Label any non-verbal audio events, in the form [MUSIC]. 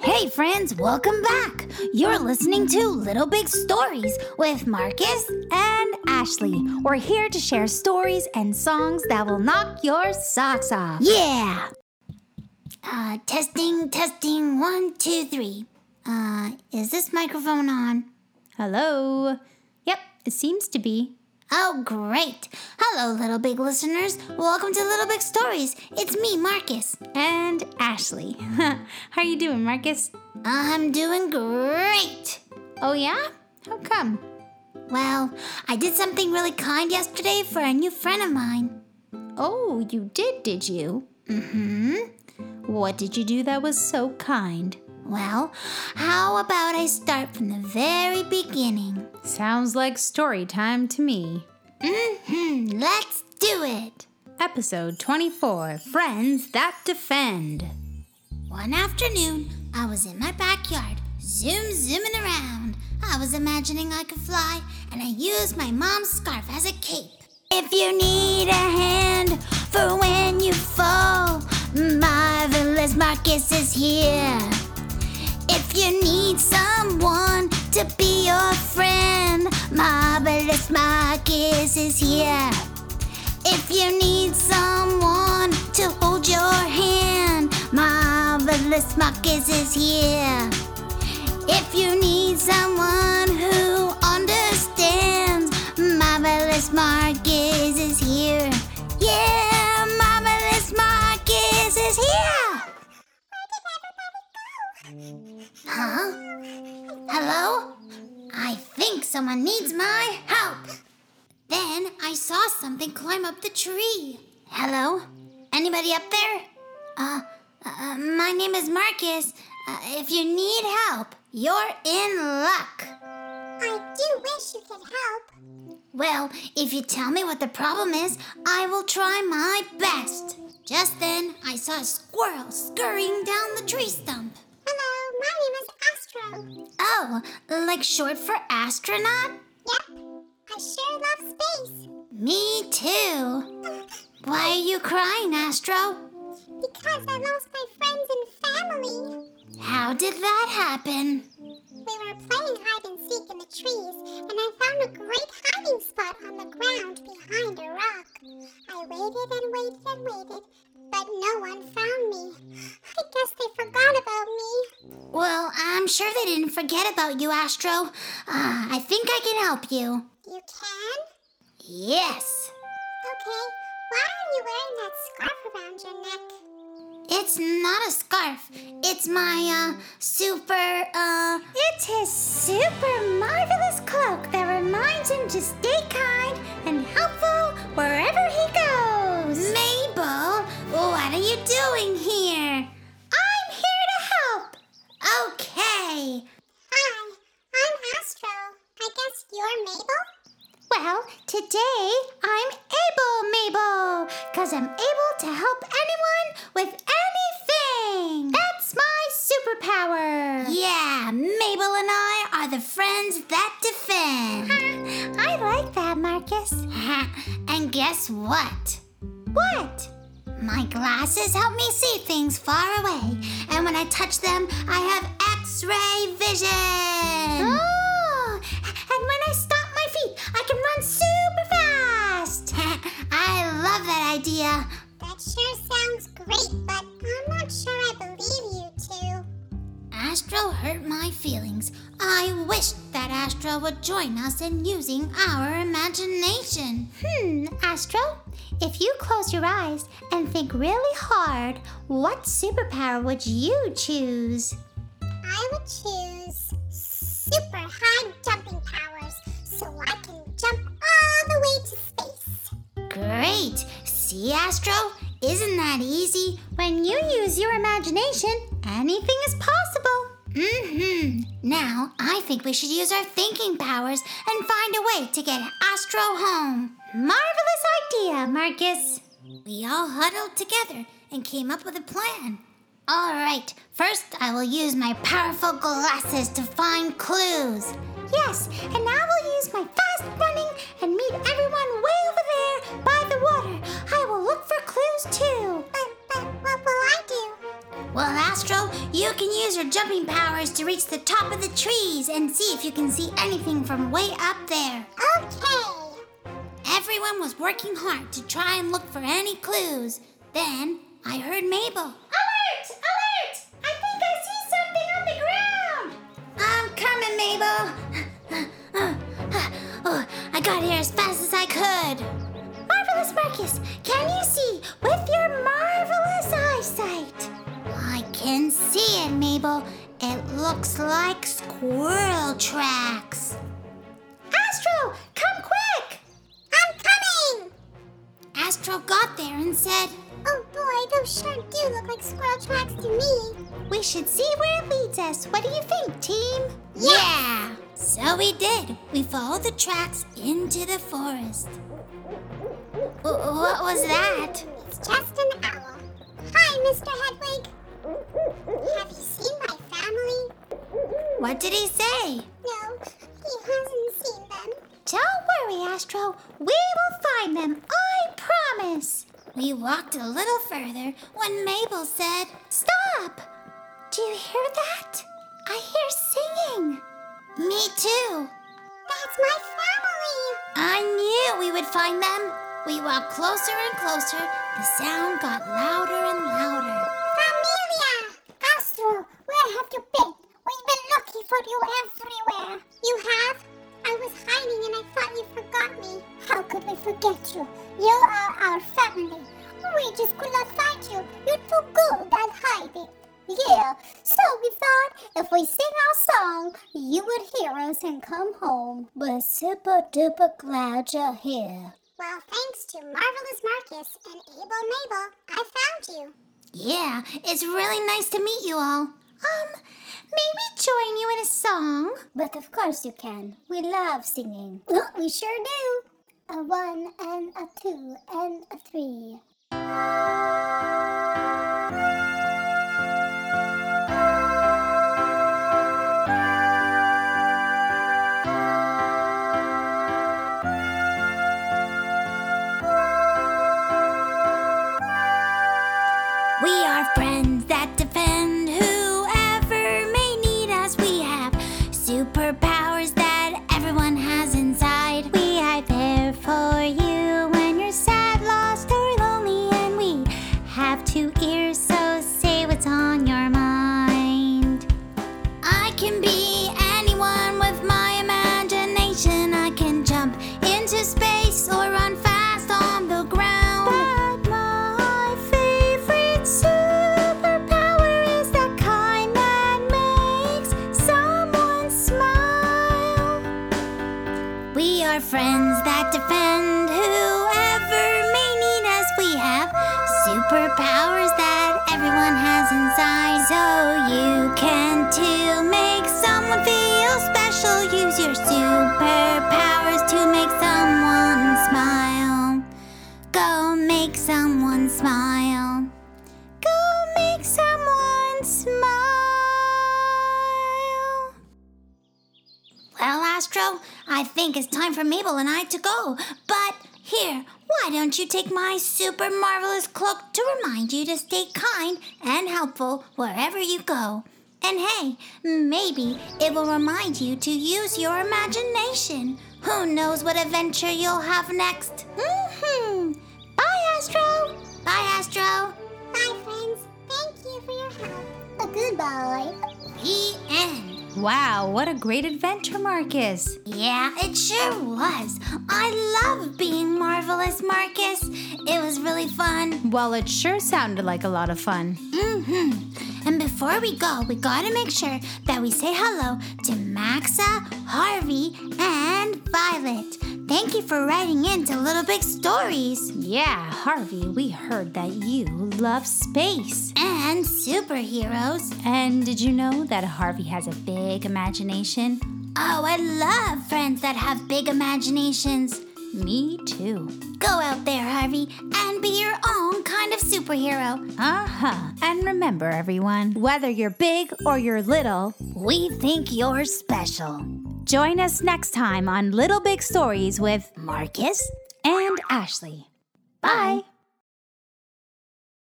Hey, friends, welcome back. You're listening to Little Big Stories with Marcus and Ashley. We're here to share stories and songs that will knock your socks off. Yeah. Uh, testing, testing. One, two, three. Uh, is this microphone on? Hello. Yep, it seems to be. Oh, great. Hello, little big listeners. Welcome to Little Big Stories. It's me, Marcus. And [LAUGHS] Ashley. How are you doing, Marcus? I'm doing great. Oh, yeah? How come? Well, I did something really kind yesterday for a new friend of mine. Oh, you did, did you? Mm Mm-hmm. hmm. What did you do that was so kind? Well, how about I start from the very beginning? Sounds like story time to me. Hmm, let's do it. Episode 24 Friends That Defend. One afternoon, I was in my backyard, zoom zooming around. I was imagining I could fly, and I used my mom's scarf as a cape. If you need a hand for when you fall, marvelous Marcus is here. If you need someone to be your friend, marvelous Marcus is here. If you need someone to hold your hand, Marvelous Marcus is here. If you need someone who understands, Marvelous Marcus is here. Yeah, Marvelous Marcus is here. Huh? Hello? I think someone needs my help. Then I saw something climb up the tree. Hello? Anybody up there? Uh, uh my name is Marcus. Uh, if you need help, you're in luck. I do wish you could help. Well, if you tell me what the problem is, I will try my best. Just then, I saw a squirrel scurrying down the tree stump. Hello, my name is Astro. Oh, like short for astronaut? Yep. I sure love space. Me too. Why are you crying, Astro? Because I lost my friends and family. How did that happen? We were playing hide and seek in the trees, and I found a great hiding spot on the ground behind a rock. I waited and waited and waited, but no one found me. I guess they forgot about me. Well, I'm sure they didn't forget about you, Astro. Uh, I think I can help you. You can? Yes. Okay, why are you wearing that scarf around your neck? It's not a scarf. It's my uh super uh It's his super marvelous cloak that reminds him to stay kind and helpful wherever he goes. Mabel. What are you doing here? I'm here to help. Okay. Hi, I'm Astro. I guess you're Mabel? Well, today I'm able, Mabel, because I'm able to help anyone with anything. That's my superpower. Yeah, Mabel and I are the friends that [LAUGHS] defend. I like that, [LAUGHS] Marcus. and guess what? What? My glasses help me see things far away, and when I touch them, I have X-ray vision. Oh, and when I stomp my feet, I can run super fast. [LAUGHS] I love that idea. That sure sounds great, but I'm not sure I believe you two. Astro hurt my feelings. I wish that Astro would join us in using our imagination. Hmm, Astro, if you close your eyes and think really hard, what superpower would you choose? I would choose super high jumping powers so I can jump all the way to space. Great. See, Astro? Isn't that easy? When you use your imagination, anything is possible. Mm-hmm. Now, I think we should use our thinking powers and find a way to get Astro home. Marvelous idea, Marcus. We all huddled together and came up with a plan. All right, first I will use my powerful glasses to find clues. Yes, and I will use my fast running and meet everyone way over there by the water. I will look for clues too. But, but what will I do? Well, Astro, You can use your jumping powers to reach the top of the trees and see if you can see anything from way up there. Okay. Everyone was working hard to try and look for any clues. Then I heard Mabel. Alert! Alert! I think I see something on the ground! I'm coming, Mabel! oh, I got here as fast as I could. Marvelous Marcus, can you see with your marvelous eyesight? I can see it, Mabel. It looks like squirrel tracks. Astro, come quick! I'm coming! Astro got there and said, Oh boy, those sure do look like squirrel tracks to me. We should see where it leads us. What do you think, team? Yeah! So we did. We followed the tracks into the forest. What was that? It's just an owl. Hi, Mr. Hedwig. Have you seen my family? What did he say? No, he hasn't seen them. Don't worry, Astro. We will find them, I promise. We walked a little further when Mabel said, Stop! Do you hear that? I hear singing. Me too. That's my family. I knew we would find them. We walked closer and closer. The sound got louder and louder. Familia! Astro, where have you been? We've been looking for you everywhere. You have? I was hiding and I thought you forgot me. How could we forget you? You are our family. We just could not find you. You're too good at hiding. Yeah, so we thought if we sing our song, you would hear us and come home. We're super duper glad you're here. Well, thanks to Marvelous Marcus and Able Mabel, I found you. Yeah, it's really nice to meet you all. Um, may we join you in a song? But of course you can. We love singing. we sure do. A one and a two and a three. We are friends that defend whoever may need us. We have superpowers that everyone has inside. We are there for you when you're sad, lost, or lonely. And we have two ears, so say what's on your mind. I can be anyone with my imagination. I can jump into space or run fast on the ground. But my favorite superpower is the kind that makes someone smile. We are friends that defend whoever may need us. We have superpowers that everyone has inside. So you can too make someone feel special. Use your superpowers to make someone smile. Go make someone smile. Go make someone smile. Well, Astro, I think it's time for Mabel and I to go. But here, why don't you take my super marvelous cloak to remind you to stay kind and helpful wherever you go? And hey, maybe it will remind you to use your imagination. Who knows what adventure you'll have next? hmm Bye, Astro. Bye, Astro. Bye, friends. Thank you for your help. A good boy. The end. Wow, what a great adventure, Marcus. Yeah, it sure was. I love being marvelous, Marcus. It was really fun. Well, it sure sounded like a lot of fun. Mm-hmm. And before we go, we gotta make sure that we say hello to Maxa, Harvey, and Violet. Thank you for writing in to Little Big Stories Yeah, Harvey, we heard that you love space. and superheroes. And did you know that Harvey has a big imagination? Oh, I love friends that have big imaginations. Me too. Go out there, Harvey, and be your own kind of superhero. Uh huh. And remember, everyone, whether you're big or you're little, We think you're special. join us next time on Little Big Stories with Marcus and Ashley. Bye.